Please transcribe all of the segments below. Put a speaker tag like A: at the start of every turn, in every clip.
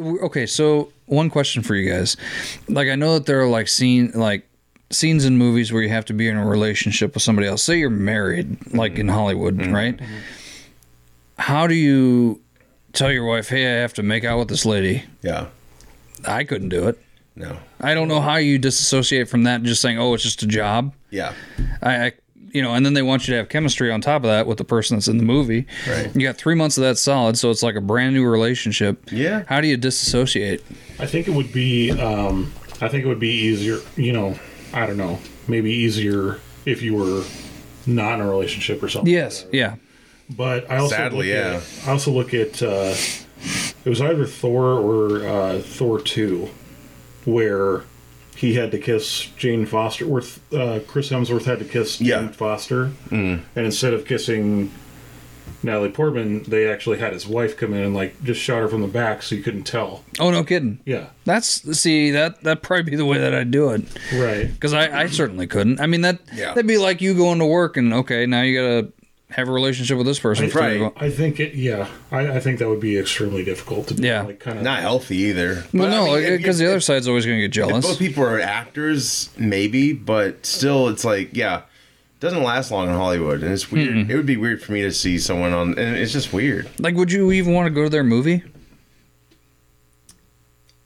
A: okay so one question for you guys like i know that there are like scene like scenes in movies where you have to be in a relationship with somebody else say you're married like in hollywood right how do you tell your wife hey i have to make out with this lady
B: Yeah.
A: i couldn't do it
B: No.
A: i don't know how you disassociate from that and just saying oh it's just a job
B: Yeah.
A: I, I you know, and then they want you to have chemistry on top of that with the person that's in the movie.
B: Right.
A: You got three months of that solid, so it's like a brand new relationship.
B: Yeah.
A: How do you disassociate?
C: I think it would be. Um, I think it would be easier. You know, I don't know. Maybe easier if you were not in a relationship or something.
A: Yes. Yeah.
C: But I also
B: Sadly,
C: look
B: yeah.
C: At, I also look at uh, it was either Thor or uh, Thor two, where he had to kiss Jane Foster. Where uh, Chris Hemsworth had to kiss Jane
B: Yeah. Mm.
C: Foster, and instead of kissing Natalie Portman, they actually had his wife come in and like just shot her from the back so you couldn't tell.
A: Oh no, kidding.
C: Yeah,
A: That's see that that probably be the way that I'd do it
C: right.
A: because I, I certainly couldn't. I mean that
B: Yeah.
A: that'd be like you going to work and okay now you gotta have a relationship with this person. for
B: Right.
A: three months.
C: I think it. Yeah, I, I think that would be extremely difficult to do.
A: Yeah.
C: like kind of.
B: Not healthy either.
A: Well,
B: But, I mean,
A: no,
B: if-
A: because the
B: if-
A: other side's always gonna get
B: if
A: jealous.
B: both people are actors, maybe, but still, it's like, yeah, it doesn't last long in Hollywood, and it's weird.
A: Mm-hmm.
B: It would be weird for me to see someone on, and it's just weird.
A: like, would you even want to go to their movie?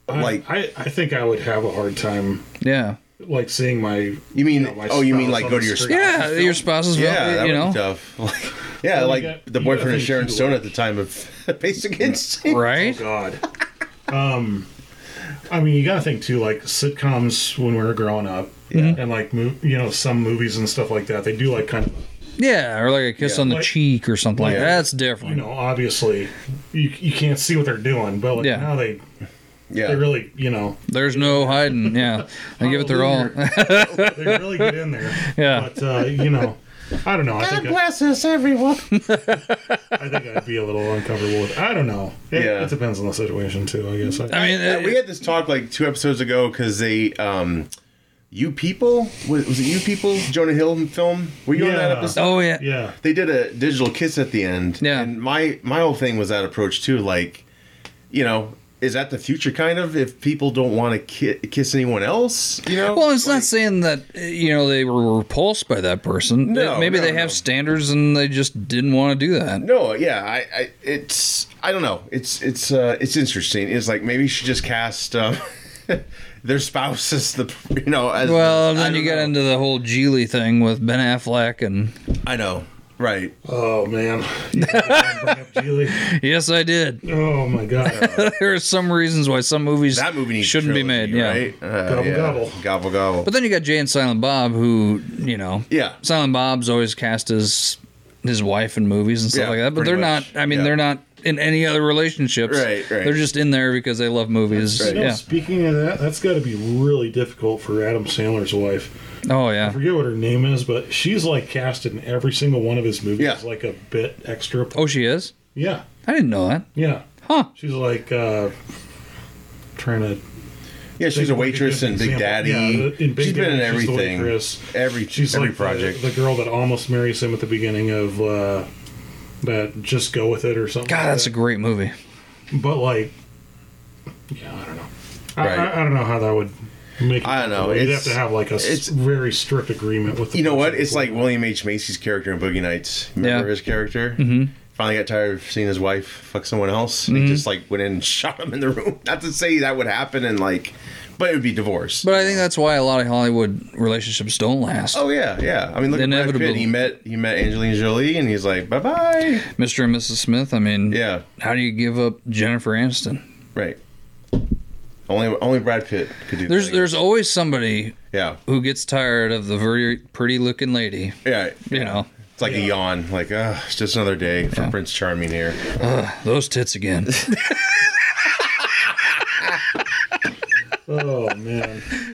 B: Like,
C: I, I think I would have a hard time
A: Yeah.
C: like seeing my.
B: you mean?
C: my
B: oh, you mean
C: spouse
B: like
C: on
B: go
C: the
B: to your
C: street.
B: spouse?
A: Yeah, your spouse's
B: Yeah, that
A: you
B: would
A: know,
B: be tough. Like, yeah,
C: you
B: like
C: got-
B: the
C: you
B: boyfriend
C: gotta
B: of
C: think
B: Sharon
C: too,
B: Stone
C: like-
B: at the time of Basic Instinct.
A: right?
C: God. um, I mean, you gotta think too. Like sitcoms when we were growing up,
A: Mm-hmm.
C: and like mov- you know some movies and stuff like that, they do like kind of
A: Yeah, or like a kiss
B: Yeah.
A: on the
C: Like-
A: cheek or something like
B: Yeah.
A: that. That's
C: you
A: different.
C: know obviously you you can't see what they're doing, but like
A: Yeah.
C: now they
B: Yeah,
C: they really you know
A: There's no hiding. Yeah, they give it their all.
C: they really get in there.
A: Yeah.
C: But uh, you know, I don't know. I think I-
B: us, everyone.
C: I think I'd be a little uncomfortable with. I don't know. It,
B: Yeah.
C: it depends on the situation too. I guess. I,
A: I mean, uh,
B: Yeah,
A: it-
B: we had this talk like two episodes ago because they, um, you people, was, was it you people? Jonah Hill film? Were you on that
C: Yeah.
B: episode?
A: oh yeah.
C: yeah.
B: They did a digital kiss at the end.
A: Yeah.
B: and my my whole thing was that approach too. Like, you know, is that the future kind of if people don't want to ki- kiss anyone else? You know,
A: Well, it's
B: Like,
A: not saying that uh, you know they were repulsed by that person.
B: No,
A: Maybe
B: no,
A: they have
B: no.
A: standards and they just didn't want to do that.
B: No, yeah, I, I, it's, I don't know, it's, it's, uh, it's interesting. It's like maybe you should just cast um, their spouse as the, you know, as
A: Well,
B: the- I
A: then you
B: don't
A: get
B: know.
A: into the whole Geely thing with Ben Affleck, and
B: I know, right?
C: Oh man. You bring up Geely.
A: yes, I did.
C: Oh my god.
A: there are some reasons why some movies
B: That movie needs a
A: shouldn't be
B: trilogy,
A: made. Yeah,
B: right? Uh,
C: Gobble,
B: yeah.
C: gobble.
B: gobble gobble.
A: but then you got Jay and Silent Bob, who you know,
B: yeah,
A: Silent Bob's always cast as his wife in movies and stuff
B: Yeah,
A: like that, but
B: pretty
A: they're
B: much.
A: not. I mean,
B: Yeah.
A: they're not in any other relationships.
B: Right, right.
A: They're just in there because they love movies.
B: That's
C: You know,
A: Yeah.
C: Speaking of that, that's got to be really difficult for Adam Sandler's wife.
A: Oh
C: I
A: yeah.
C: forget what her name is, but she's like cast in every single one of his movies,
B: Yeah.
C: like a bit extra.
A: Oh, she is.
C: Yeah.
A: I didn't know that.
C: Yeah.
A: Huh.
C: She's like uh, trying to.
B: yeah. She's a
C: Like,
B: waitress
C: good
B: in Big
C: example.
B: Daddy.
C: Yeah, in Big
B: she's been in
C: Daddy, she's the
B: everything.
C: waitress.
B: Every
C: She's
B: every
C: like the-
B: project.
C: The, girl that almost marries him at the beginning of uh, that. Just go with it or something.
A: God,
C: like
A: that's
C: that.
A: a great movie.
C: But like, yeah, I don't know. I,
B: Right.
C: I, I don't know how that would make. It
B: I don't know.
C: comfortable. You'd have
B: It's-
C: to have like a s-
B: it's-
C: very strict agreement with. The
B: you know what?
C: person.
B: It's like William H Macy's character in Boogie Nights. Remember
A: Yeah.
B: his character? Mm-hmm. Finally got tired of seeing his wife fuck someone else.
A: Mm-hmm.
B: And He just like went in and shot him in the room. Not to say that would happen, and like, but it would be divorce.
A: But I think that's why a lot of Hollywood relationships don't last.
B: oh yeah, yeah. I mean, look
A: Inevitable.
B: at Brad Pitt. He met he met Angelina Jolie, and he's like, bye bye.
A: Mr. and Mrs. Smith. I mean,
B: Yeah,
A: How do you give up Jennifer Aniston?
B: right. Only only Brad Pitt could do.
A: There's
B: that.
A: there's always somebody
B: yeah
A: who gets tired of the very pretty looking lady.
B: yeah.
A: You know,
B: It's like a yawn, like uh, it's just another day for
A: Yeah.
B: Prince Charming here.
A: those tits again.
C: Oh man.